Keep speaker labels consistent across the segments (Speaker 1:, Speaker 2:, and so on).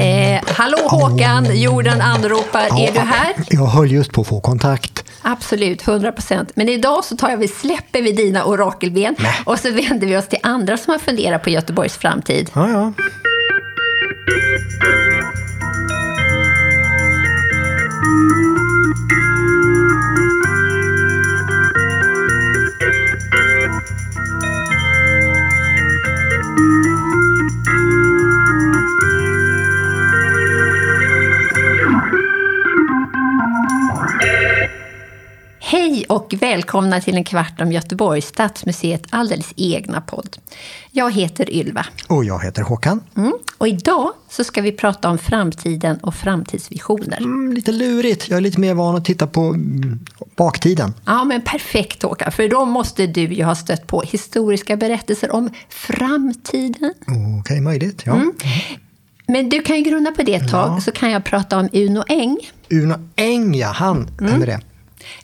Speaker 1: Eh, hallå Håkan, jorden anropar. Är du här?
Speaker 2: Jag höll just på att få kontakt.
Speaker 1: Absolut, 100 procent. Men idag så tar vi, släpper vi dina orakelben och så vänder vi oss till andra som har funderat på Göteborgs framtid.
Speaker 2: Ja, ja.
Speaker 1: Hej och välkomna till en kvart om Göteborg, Stadsmuseet alldeles egna podd. Jag heter Ylva
Speaker 2: Och jag heter Håkan.
Speaker 1: mm. och idag så ska vi prata om framtiden och framtidsvisioner.
Speaker 2: Mm, lite lurigt. Jag är lite mer van att titta på mm, baktiden.
Speaker 1: Ja, men perfekt Håkan, för då måste du ju ha stött på historiska berättelser om framtiden.
Speaker 2: Okej, möjligt. Ja.
Speaker 1: Men du kan ju grunna på det ett tag, så kan jag prata om Uno Eng.
Speaker 2: Uno Eng, ja. Han. Vem är det?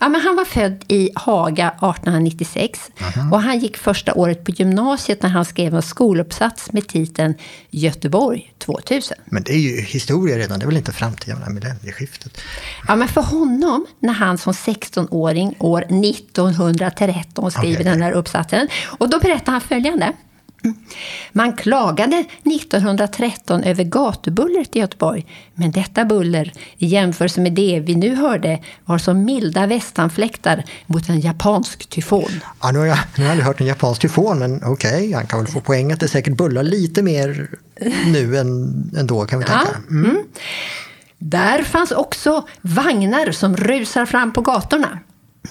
Speaker 1: Ja, men han var född i Haga 1896 och han gick första året på gymnasiet när han skrev en skoluppsats med titeln Göteborg 2000.
Speaker 2: Men det är ju historia redan. Det är väl inte framtiden? Nej, millennieskiftet.
Speaker 1: Ja, men för honom, när han som 16-åring år 1913 skriver
Speaker 2: Okej.
Speaker 1: den här uppsatsen, och då berättar han följande. Man klagade 1913 över gatubullret i Göteborg, men detta buller i jämförelse med det vi nu hörde var som milda västanfläktar mot en japansk tyfon.
Speaker 2: Ja, nu, har jag, nu har jag aldrig hört en japansk tyfon, men okej, han kan väl få poäng att det säkert bullar lite mer nu än, än då, kan vi tänka.
Speaker 1: Där fanns också vagnar som rusar fram på gatorna.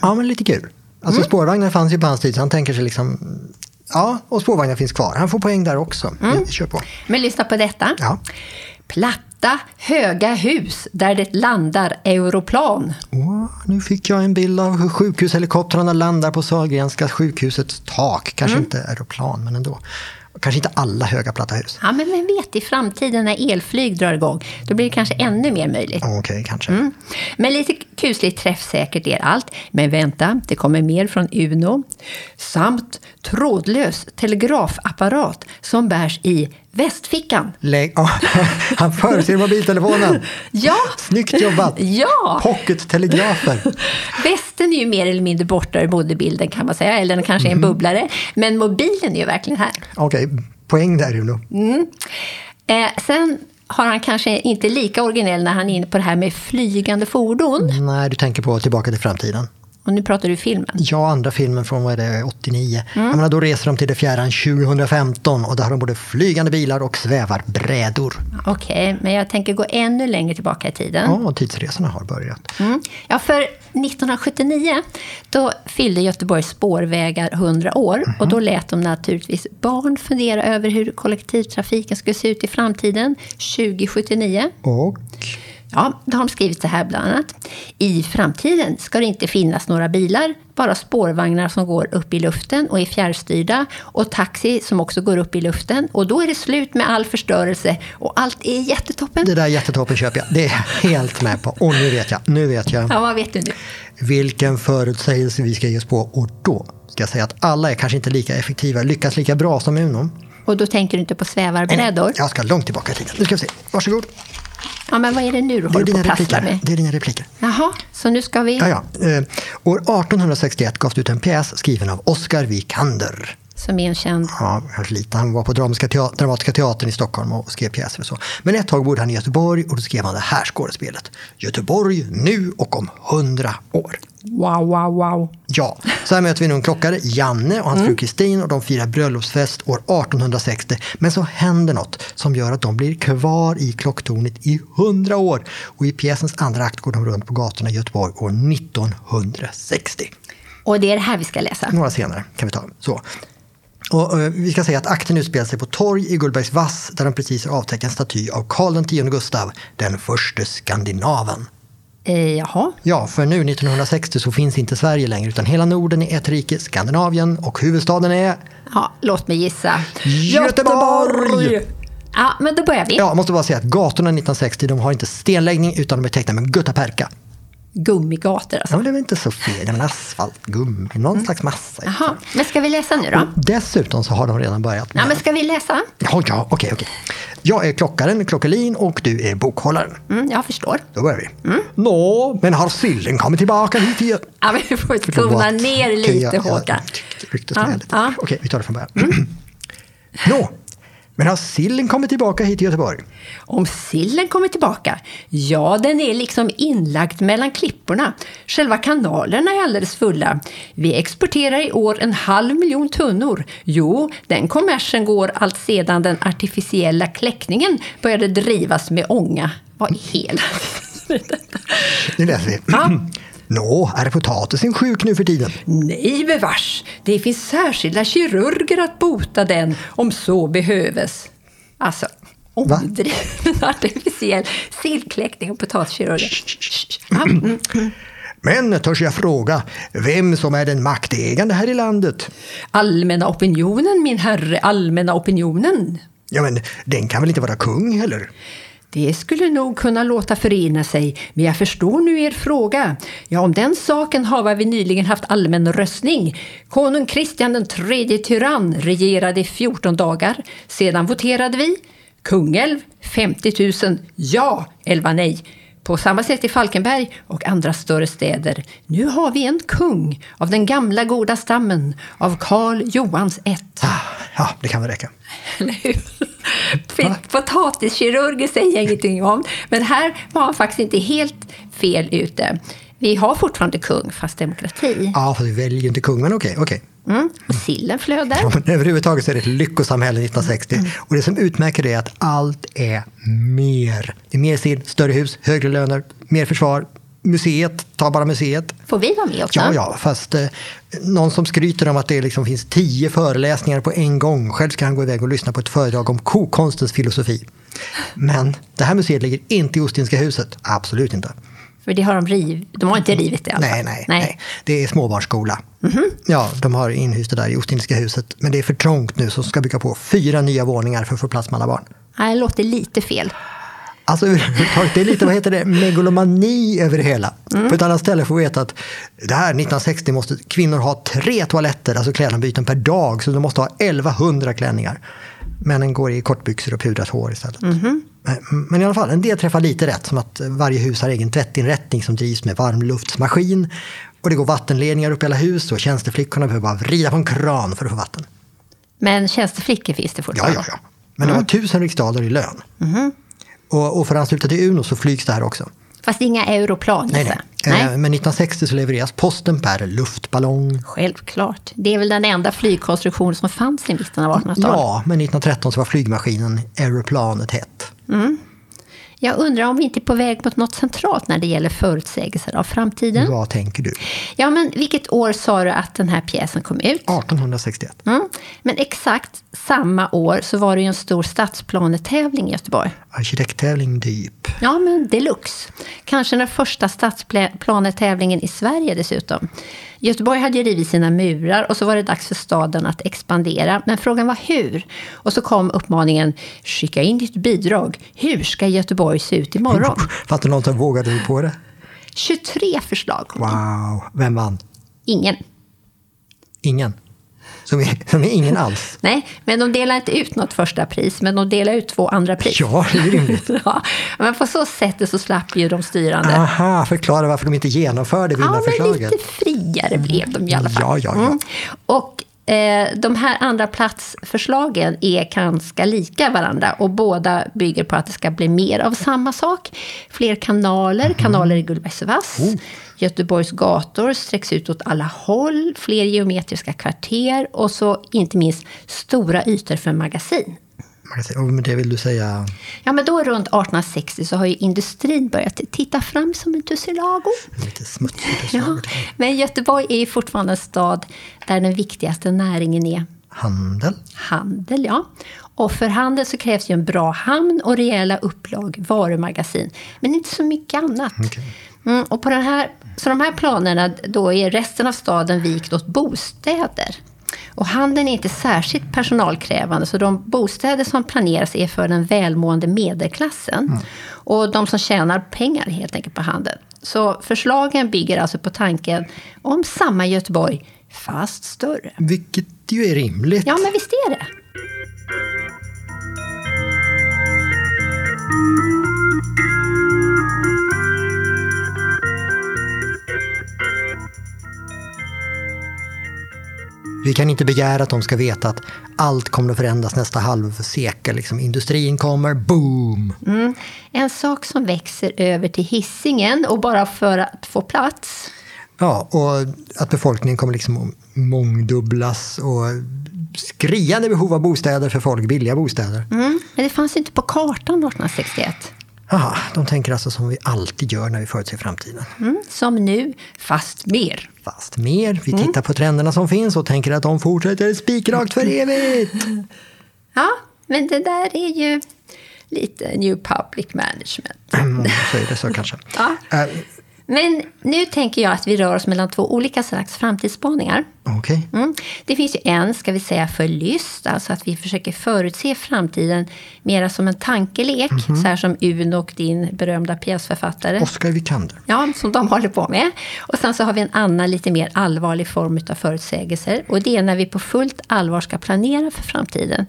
Speaker 2: Ja, men lite kul. Alltså spårvagnar fanns ju på hans tid, så han tänker sig liksom... Ja, och spårvagnar finns kvar. Han får poäng där också. Vi kör på.
Speaker 1: Men lyssna på detta.
Speaker 2: Ja.
Speaker 1: Platta, höga hus där det landar europlan.
Speaker 2: Åh, nu fick jag en bild av hur sjukhushelikoptrarna landar på Sahlgrenska sjukhusets tak. Kanske inte aeroplan, men ändå. Kanske inte alla höga platta hus.
Speaker 1: Ja, men vem vet, i framtiden när elflyg drar igång, då blir det kanske ännu mer möjligt.
Speaker 2: Okej, kanske.
Speaker 1: Mm. Men lite kusligt träffsäkert är allt. Men vänta, det kommer mer från Uno. Samt trådlös telegrafapparat som bärs i västfickan.
Speaker 2: Lägg, Ja, han förutser mobiltelefonen.
Speaker 1: Ja,
Speaker 2: Snyggt jobbat!
Speaker 1: ja!
Speaker 2: Pocket-telegrafer.
Speaker 1: Västen är ju mer eller mindre borta ur modebilden kan man säga, eller den kanske är en bubblare. Men mobilen är ju verkligen här.
Speaker 2: Okej, poäng där Uno.
Speaker 1: Eh, sen har han kanske inte lika originell när han är inne på det här med flygande fordon.
Speaker 2: Nej, du tänker på Tillbaka till framtiden.
Speaker 1: Och nu pratar du filmen.
Speaker 2: Ja, andra filmen från vad är det, 89.
Speaker 1: Mm.
Speaker 2: Jag menar, då reser de till det fjärran 2015 och där har de både flygande bilar och svävarbrädor.
Speaker 1: Mm. Okej, men jag tänker gå ännu längre tillbaka i tiden.
Speaker 2: Ja, och tidsresorna har börjat.
Speaker 1: Mm. Ja, för 1979 då fyllde Göteborgs spårvägar 100 år och då lät de naturligtvis barn fundera över hur kollektivtrafiken skulle se ut i framtiden 2079.
Speaker 2: Och
Speaker 1: Ja, då har de skrivit så här bland annat. I framtiden ska det inte finnas några bilar, bara spårvagnar som går upp i luften och är fjärrstyrda och taxi som också går upp i luften. Och då är det slut med all förstörelse och allt är jättetoppen.
Speaker 2: det där jättetoppen köper jag. Det är jag helt med på. Och nu vet jag, nu vet jag
Speaker 1: Ja, vad vet du nu?
Speaker 2: vilken förutsägelse vi ska ge oss på. Och då ska jag säga att alla är kanske inte lika effektiva, lyckas lika bra som Uno.
Speaker 1: Och då tänker du inte på svävarbrädor?
Speaker 2: Jag ska långt tillbaka i tiden. Nu ska vi se. Varsågod.
Speaker 1: Ja, men vad är det nu du
Speaker 2: Det är
Speaker 1: håller på
Speaker 2: dina
Speaker 1: att prassla
Speaker 2: repliker.
Speaker 1: med?
Speaker 2: Det är dina repliker.
Speaker 1: Jaha, så nu ska vi...
Speaker 2: Ja, ja. Eh, år 1861 gavs det ut en pjäs skriven av Oscar Wikander.
Speaker 1: Som är en känd...
Speaker 2: Ja, kanske lite. Han var på Dramatiska, teater, Dramatiska teatern i Stockholm och skrev pjäser och så. Men ett tag bodde han i Göteborg och då skrev han det här skådespelet. Göteborg nu och om hundra år.
Speaker 1: Wow, wow, wow.
Speaker 2: Ja, så här möter vi nu en klockare, Janne och hans fru Kristin och de firar bröllopsfest år 1860. Men så händer något som gör att de blir kvar i klocktornet i 100 år. Och i pjäsens andra akt går de runt på gatorna i Göteborg år 1960.
Speaker 1: Och det är det här vi ska läsa.
Speaker 2: Några senare kan vi ta. Så. Och, eh, vi ska säga att akten utspelar sig på torg i Gullbergs vass där de precis har avtäckt en staty av Karl X Gustav, den förste skandinaven.
Speaker 1: Eh, jaha.
Speaker 2: Ja, för nu 1960 så finns inte Sverige längre utan hela Norden är ett rike, Skandinavien och huvudstaden är...
Speaker 1: Ja, låt mig gissa.
Speaker 2: Göteborg!
Speaker 1: Ja, men då börjar vi.
Speaker 2: Ja, jag måste bara säga att gatorna 1960 de har inte stenläggning utan de är täckta med guttaperka.
Speaker 1: gummigator.
Speaker 2: Ja,
Speaker 1: Alltså.
Speaker 2: men det är väl inte så fel. Det är väl asfalt, gummi, någon slags massa.
Speaker 1: Jaha, men ska vi läsa nu då?
Speaker 2: Dessutom så har de redan börjat
Speaker 1: Ja,
Speaker 2: med-
Speaker 1: men ska vi läsa?
Speaker 2: Ja, ja, okej, okej. Jag är klockaren, klockelin och du är bokhållaren.
Speaker 1: Mm, jag förstår.
Speaker 2: Då börjar vi.
Speaker 1: Mm.
Speaker 2: Nå, men har sillen kommit tillbaka hit igen?
Speaker 1: Ja, men vi får tona
Speaker 2: Förlåt.
Speaker 1: ner
Speaker 2: Okej, jag-
Speaker 1: lite,
Speaker 2: jag
Speaker 1: Håkan.
Speaker 2: tyckte Ryktet
Speaker 1: Ja,
Speaker 2: ja,
Speaker 1: ja.
Speaker 2: Okej, vi tar det från början. Mm. Nå, men har sillen kommit tillbaka hit till Göteborg?
Speaker 1: Om sillen kommer tillbaka? Ja, den är liksom inlagd mellan klipporna. Själva kanalerna är alldeles fulla. Vi exporterar i år en halv miljon tunnor. Jo, den kommersen går allt sedan den artificiella kläckningen började drivas med ånga. Vad i hela...
Speaker 2: Nu läser vi.
Speaker 1: Ja.
Speaker 2: Nå, är potatisen sjuk nu för tiden?
Speaker 1: Nej bevars! Det finns särskilda kirurger att bota den om så behöves. Alltså,
Speaker 2: Va?
Speaker 1: omdriven artificiell sillkläckning och potatiskirurger. Ja, mm.
Speaker 2: Men törs jag fråga vem som är den maktägande här i landet?
Speaker 1: Allmänna opinionen, min herre, allmänna opinionen.
Speaker 2: Ja, men den kan väl inte vara kung heller?
Speaker 1: Det skulle nog kunna låta förena sig, men jag förstår nu er fråga. Ja, om den saken har vi nyligen haft allmän röstning. Konung Kristian den tredje tyrann regerade i 14 dagar. Sedan voterade vi. Kungälv 50 000 ja, 11 nej. På samma sätt i Falkenberg och andra större städer. Nu har vi en kung av den gamla goda stammen, av Karl Johans ett.
Speaker 2: Ah, ja, det kan väl räcka.
Speaker 1: Eller hur? Fet- Potatiskirurger säger jag ingenting om, men här var han faktiskt inte helt fel ute. Vi har fortfarande kung, fast demokrati.
Speaker 2: Ja, för vi väljer ju inte kung, men okej, okej.
Speaker 1: Mm. Och sillen flödar.
Speaker 2: Ja, men Överhuvudtaget så är det ett lyckosamhälle 1960. Och det som utmärker det är att allt är mer. Det är mer sill, större hus, högre löner, mer försvar. Museet, ta bara museet.
Speaker 1: Får vi vara med också?
Speaker 2: Ja, ja, fast eh, någon som skryter om att det liksom finns tio föreläsningar på en gång. Själv ska han gå iväg och lyssna på ett föredrag om kokonstens filosofi. Men det här museet ligger inte i Ostindiska huset. Absolut inte.
Speaker 1: För det har de rivit. De har inte rivit det alltså. i alla
Speaker 2: Nej,
Speaker 1: fall.
Speaker 2: nej, nej. Det är småbarnsskola. Ja, de har inhyst det där i Ostindiska huset. Men det är för trångt nu, så de ska bygga på fyra nya våningar för att få plats med alla barn.
Speaker 1: Nej, det låter lite fel.
Speaker 2: Alltså överhuvudtaget, det är lite, vad heter det, megalomani över det hela. På ett annat ställe får vi veta att det här 1960 måste kvinnor ha tre toaletter, alltså klädbyten per dag, så de måste ha 1100 klänningar. Männen går i kortbyxor och pudrat hår istället. Men- Men i alla fall, en del träffar lite rätt, som att varje hus har egen tvättinrättning som drivs med varmluftsmaskin. Och det går vattenledningar upp i hela hus och tjänsteflickorna behöver bara vrida på en kran för att få vatten.
Speaker 1: Men tjänsteflickor finns det
Speaker 2: Ja,
Speaker 1: fortfarande.
Speaker 2: ja, ja. Men det var tusen riksdaler i lön. Och, och för att ansluta till Uno så flygs det här också.
Speaker 1: Fast inga europlan,
Speaker 2: Nej, nej.
Speaker 1: gissar jag.
Speaker 2: Eh, Men 1960 så levereras posten per luftballong.
Speaker 1: Självklart. Det är väl den enda flygkonstruktion som fanns i mitten av 1800-talet.
Speaker 2: Ja, men 1913 så var flygmaskinen Aeroplanet hett.
Speaker 1: Jag undrar om vi inte är på väg mot något centralt när det gäller förutsägelser av framtiden.
Speaker 2: Vad tänker du?
Speaker 1: Ja, men vilket år sa du att den här pjäsen kom ut?
Speaker 2: 1861.
Speaker 1: Mm. Men exakt samma år så var det ju en stor stadsplanetävling i Göteborg.
Speaker 2: Arkitekttävling DYP.
Speaker 1: Ja, men deluxe. Kanske den första stadsplanetävlingen i Sverige dessutom. Göteborg hade ju rivit sina murar och så var det dags för staden att expandera. Men frågan var hur? Och så kom uppmaningen, skicka in ditt bidrag. Hur ska Göteborg se ut imorgon?
Speaker 2: Fanns det någon som vågade sig på det?
Speaker 1: 23 förslag kom
Speaker 2: Wow. Vem vann?
Speaker 1: Ingen.
Speaker 2: Ingen. Som är, som är ingen alls.
Speaker 1: Nej, men de delar inte ut något första pris, men de delar ut två andra pris.
Speaker 2: Ja, det är rimligt. Ah,
Speaker 1: Ja, men på så sätt så slapp ju de styrande.
Speaker 2: Aha, förklara varför de inte genomförde
Speaker 1: ja, men
Speaker 2: vinnarförslaget.
Speaker 1: lite friare blev de i alla fall.
Speaker 2: Ja, ja, ja.
Speaker 1: Mm. Och eh, de här andra platsförslagen är ganska lika varandra och båda bygger på att det ska bli mer av samma sak. Fler
Speaker 2: Mhm.
Speaker 1: kanaler, kanaler i Gullbergsvass,
Speaker 2: Oh.
Speaker 1: Göteborgs gator sträcks ut åt alla håll, fler geometriska kvarter och så inte minst stora ytor för magasin.
Speaker 2: Man kan säga, oh, men det vill du säga.
Speaker 1: Ja, men då runt 1860 så har ju industrin börjat titta fram som en tussilago.
Speaker 2: Lite smutsigt.
Speaker 1: Ja, men Göteborg är ju fortfarande en stad där den viktigaste näringen är
Speaker 2: Handel.
Speaker 1: handel. Ja. Och för handel så krävs ju en bra hamn och rejäla upplag, varumagasin. Men inte så mycket annat. Mm, och på den här, så de här planerna, då är resten av staden vikt åt bostäder. Och handeln är inte särskilt personalkrävande, så de bostäder som planeras är för den välmående medelklassen. Och de som tjänar pengar helt enkelt på handeln. Så förslagen bygger alltså på tanken om samma Göteborg, fast större.
Speaker 2: Vilket ju är rimligt.
Speaker 1: Ja, men visst är det?
Speaker 2: Vi kan inte begära att de ska veta att allt kommer att förändras nästa halvsekel. Liksom, industrin kommer, boom!
Speaker 1: Mm. En sak som växer över till hissingen och bara för att få plats.
Speaker 2: Ja, och att befolkningen kommer liksom att mångdubblas och skriande behov av bostäder för folk, billiga bostäder.
Speaker 1: Mm. Men det fanns ju inte på kartan 1861.
Speaker 2: Aha, de tänker alltså som vi alltid gör när vi förutser framtiden.
Speaker 1: Mm. Som nu, fast mer.
Speaker 2: Fast mer, vi
Speaker 1: Mm.
Speaker 2: tittar på trenderna som finns och tänker att de fortsätter spikrakt för evigt.
Speaker 1: Ja, men det där är ju lite new public management.
Speaker 2: Mm, säger det så kanske.
Speaker 1: Ja.
Speaker 2: Eh,
Speaker 1: Men nu tänker jag att vi rör oss mellan två olika slags framtidsspaningar.
Speaker 2: Okej.
Speaker 1: Mm. Det finns ju en, ska vi säga, för lyst, alltså att vi försöker förutse framtiden mera som en tankelek, så här som Uno och din berömda pjäsförfattare.
Speaker 2: Oskar Vikander.
Speaker 1: Ja, som de håller på med. Och sen så har vi en annan lite mer allvarlig form av förutsägelser. Och det är när vi på fullt allvar ska planera för framtiden.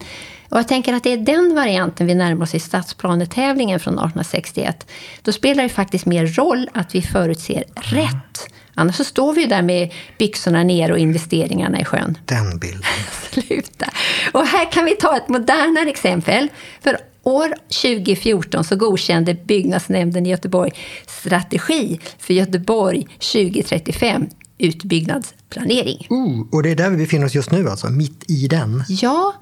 Speaker 1: Och jag tänker att det är den varianten vi närmar oss i stadsplanetävlingen från 1861. Då spelar det faktiskt mer roll att vi förutser rätt. Annars så står vi ju där med byxorna ner och investeringarna i sjön.
Speaker 2: Den bilden.
Speaker 1: Sluta. Och här kan vi ta ett modernare exempel. För år 2014 så godkände byggnadsnämnden i Göteborg strategi för Göteborg 2035, utbyggnadsplanering.
Speaker 2: Ooh, och det är där vi befinner oss just nu alltså, mitt i den.
Speaker 1: Ja,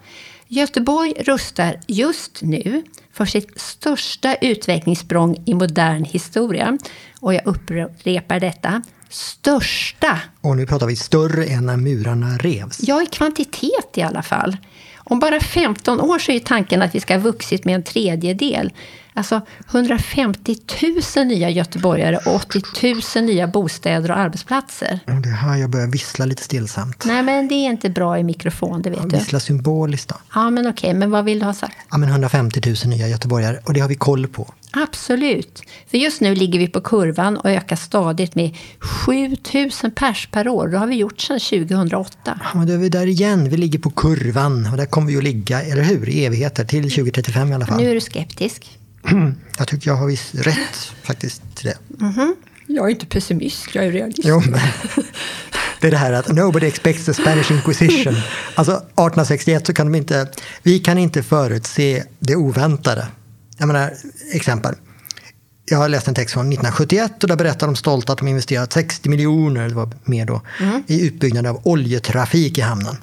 Speaker 1: Göteborg rustar just nu för sitt största utvecklingssprång i modern historia. Och jag upprepar detta. Största
Speaker 2: Och nu pratar vi större än när murarna revs.
Speaker 1: Ja, i kvantitet i alla fall. Om bara 15 år så är tanken att vi ska ha vuxit med en tredjedel. Alltså 150 000 nya göteborgare och 80 000 nya bostäder och arbetsplatser.
Speaker 2: Och det är här jag börjar vissla lite stillsamt.
Speaker 1: Nej, men det är inte bra i mikrofon, det vet du.
Speaker 2: Vissla symboliskt då.
Speaker 1: Ja, men okej, men vad vill du ha sagt?
Speaker 2: Ja, men 150 000 nya göteborgare och det har vi koll på.
Speaker 1: Absolut. För just nu ligger vi på kurvan och ökar stadigt med 7 000 pers per år. Det har vi gjort sedan 2008.
Speaker 2: Ja, men då är vi där igen, vi ligger på kurvan och där kommer vi att ligga, eller hur, i evigheter, till 2035 i alla fall.
Speaker 1: Nu är du skeptisk.
Speaker 2: Jag tycker jag har viss rätt faktiskt till det.
Speaker 1: Jag är inte pessimist, jag är realist.
Speaker 2: Jo, men det är det här att nobody expects the Spanish inquisition. Alltså 1861 så kan de inte, vi kan inte förutse det oväntade. Jag menar, exempel. Jag har läst en text från 1971 och där berättar de stolt att de investerat 60 miljoner, det var mer då,
Speaker 1: Mm.
Speaker 2: i utbyggnad av oljetrafik i hamnen.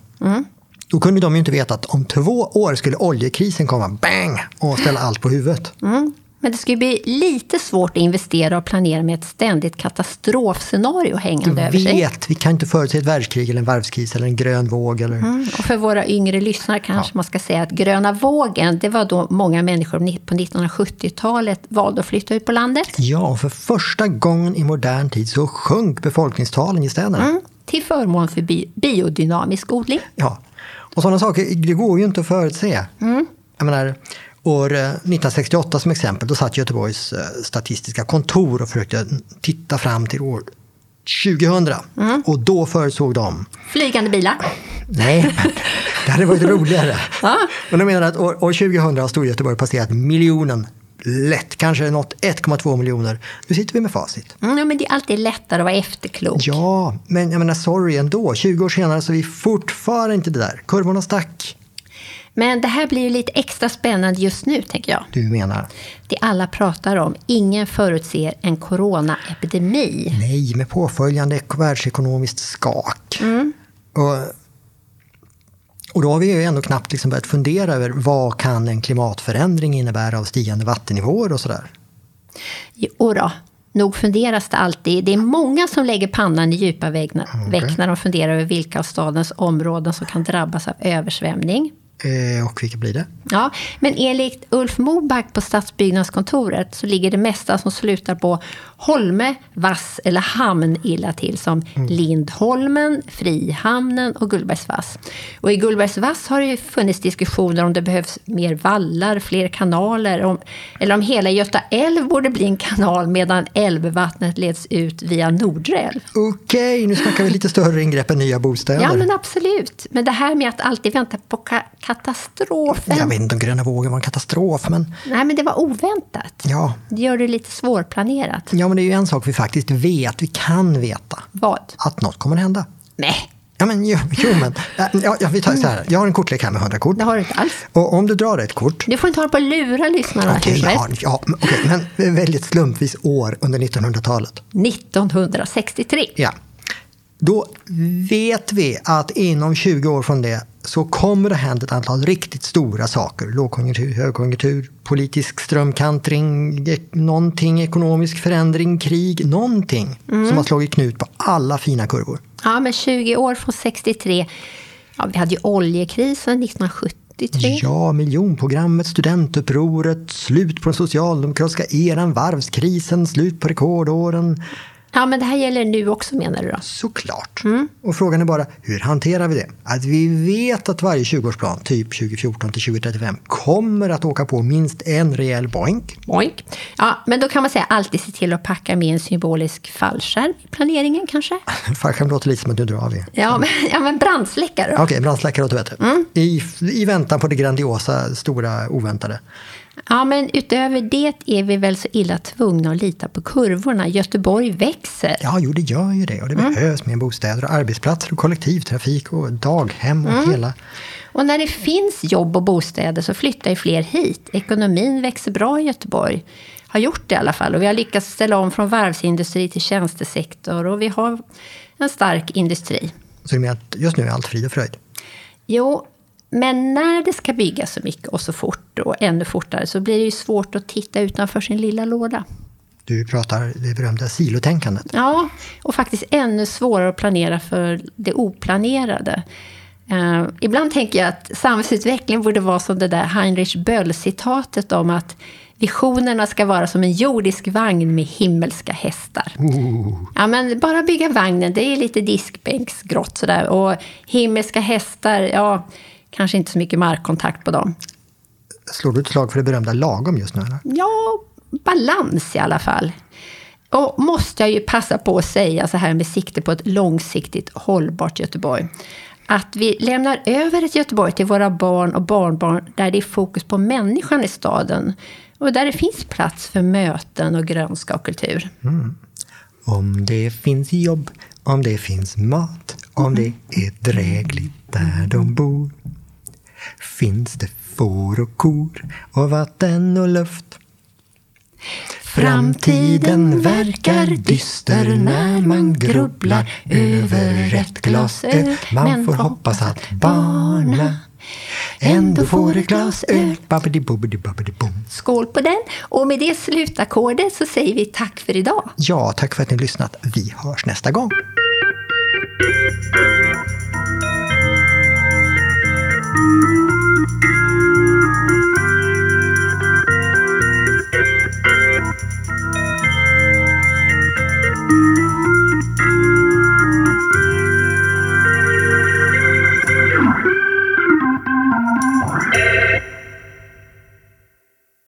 Speaker 2: Då kunde de ju inte veta att om två år skulle oljekrisen komma, bang, och ställa allt på huvudet.
Speaker 1: Mm. Men det skulle bli lite svårt att investera och planera med ett ständigt katastrofscenario hängande över sig.
Speaker 2: Vet, vi kan inte förutse ett världskrig eller en varvskris eller en grön våg eller
Speaker 1: Mm. Och för våra yngre lyssnare kanske man ska säga att gröna vågen, det var då många människor ni- på 1970-talet valde att flytta ut på landet.
Speaker 2: Ja, och för första gången i modern tid så sjönk befolkningstalen i städerna.
Speaker 1: Mm. Till förmån för bi- biodynamisk odling.
Speaker 2: Ja. Och sådana saker, det går ju inte att förutse.
Speaker 1: Mm.
Speaker 2: Jag menar, år eh, 1968 som exempel, då satt Göteborgs eh, statistiska kontor och försökte titta fram till år 2000.
Speaker 1: Mm.
Speaker 2: Och då förutsåg de
Speaker 1: Flygande bilar.
Speaker 2: Nej, det hade varit roligare.
Speaker 1: Ja.
Speaker 2: Men de menar att år, år 2000 har Storgöteborg passerat miljonen. Lätt, kanske nått 1,2 miljoner. Nu sitter vi med facit.
Speaker 1: Mm, ja, men det är alltid lättare att vara efterklok.
Speaker 2: Ja, men jag menar sorry ändå. 20 år senare så är vi fortfarande inte där. Kurvorna stack.
Speaker 1: Men det här blir ju lite extra spännande just nu, tänker jag.
Speaker 2: Du menar?
Speaker 1: Det alla pratar om, ingen förutser en coronaepidemi.
Speaker 2: Nej, med påföljande ek- världsekonomiskt skak. Och, och då har vi ju ändå knappt liksom börjat fundera över vad kan en klimatförändring innebära av stigande vattennivåer och sådär.
Speaker 1: Jo då, nog funderas det alltid. Det är många som lägger pannan i djupa vägna- väck när de funderar över vilka av stadens områden som kan drabbas av översvämning.
Speaker 2: Eh, och vilka blir det?
Speaker 1: Ja, men enligt Ulf Moback på Stadsbyggnadskontoret så ligger det mesta som slutar på Holme, Vass eller Hamn illa till som Lindholmen, Frihamnen och Gullbergsvass. Och i Gullbergsvass har det ju funnits diskussioner om det behövs mer vallar, fler kanaler om, eller om hela Göta älv borde bli en kanal medan älvvattnet leds ut via Nordre älv.
Speaker 2: Okej, nu snackar vi lite större ingrepp än nya bostäder.
Speaker 1: Ja, men absolut. Men det här med att alltid vänta på ka- katastrofen.
Speaker 2: Jag vet inte om gröna vågen var en katastrof, men
Speaker 1: Nej, men det var oväntat.
Speaker 2: ja.
Speaker 1: Det gör det lite svårplanerat.
Speaker 2: ja, men det är ju en sak vi faktiskt vet, vi kan veta,
Speaker 1: Vad?
Speaker 2: att något kommer att hända.
Speaker 1: Nej,
Speaker 2: Ja, men jo, jo men. Äh, Ja, ja, vi tar så här. Jag har en kortlek här med 100 kort.
Speaker 1: det har du inte alls.
Speaker 2: Och om du drar ett kort
Speaker 1: Du får inte hålla på och lura lyssnarna.
Speaker 2: Okej,
Speaker 1: hur som
Speaker 2: ja,
Speaker 1: helst.
Speaker 2: ja, men- okej, men väldigt slumpvis år under 1900-talet.
Speaker 1: 1963.
Speaker 2: Ja. Då vet vi att inom 20 år från det så kommer det hända ett antal riktigt stora saker. Lågkonjunktur, högkonjunktur, politisk strömkantring, ek- någonting, ekonomisk förändring, krig, någonting som har slagit knut på alla fina kurvor.
Speaker 1: Ja, men 20 år från 63. Ja, vi hade ju oljekrisen 1973.
Speaker 2: Ja, miljonprogrammet, studentupproret, slut på den socialdemokratiska eran, varvskrisen, slut på rekordåren.
Speaker 1: Ja, men det här gäller nu också menar du då?
Speaker 2: Såklart. Och frågan är bara, hur hanterar vi det? Att vi vet att varje 20-årsplan, typ 2014 till 2035, kommer att åka på minst en rejäl boink.
Speaker 1: Boink. Ja, men då kan man säga alltid se till att packa med en symbolisk fallskärm i planeringen kanske.
Speaker 2: Fallskärm låter lite som att nu drar vi.
Speaker 1: Ja, men, ja, men brandsläckare då?
Speaker 2: Okej, brandsläckare låter bättre. I, I väntan på det grandiosa, stora, oväntade.
Speaker 1: Ja, men utöver det är vi väl så illa tvungna att lita på kurvorna. Göteborg växer.
Speaker 2: Ja, jo, det gör ju det. Och det behövs mer bostäder och arbetsplatser och kollektivtrafik och daghem och hela...
Speaker 1: Och när det finns jobb och bostäder så flyttar ju fler hit. Ekonomin växer bra i Göteborg. Har gjort det i alla fall. Och vi har lyckats ställa om från varvsindustri till tjänstesektor. Och vi har en stark industri.
Speaker 2: Så du menar att just nu är allt frid och fröjd?
Speaker 1: Jo, men när det ska byggas så mycket och så fort och ännu fortare så blir det ju svårt att titta utanför sin lilla låda.
Speaker 2: Du pratar det berömda silotänkandet.
Speaker 1: Ja, och faktiskt ännu svårare att planera för det oplanerade. Eh, ibland tänker jag att samhällsutveckling borde vara som det där Heinrich Böll-citatet om att visionerna ska vara som en jordisk vagn med himmelska hästar. Ja, men bara bygga vagnen, det är lite diskbänksgrått sådär. Och himmelska hästar, ja, kanske inte så mycket markkontakt på dem.
Speaker 2: Slår du ett slag för det berömda lagom just nu? Eller?
Speaker 1: Ja, balans i alla fall. Och måste jag ju passa på att säga så här med sikte på ett långsiktigt hållbart Göteborg. Att vi lämnar över ett Göteborg till våra barn och barnbarn där det är fokus på människan i staden. Och där det finns plats för möten och grönska och kultur.
Speaker 2: Om det finns jobb, om det finns mat, om det är drägligt där de bor. Finns det får och kor och vatten och luft. Framtiden verkar dyster när man grubblar över ett glas öl. Man får hoppas att barna ändå får ett glas öl. Babbidi-bobbidi-babbidi-bom.
Speaker 1: Skål på den! Och med det slutakkordet så säger vi tack för idag.
Speaker 2: Ja, tack för att ni har lyssnat. Vi hörs nästa gång.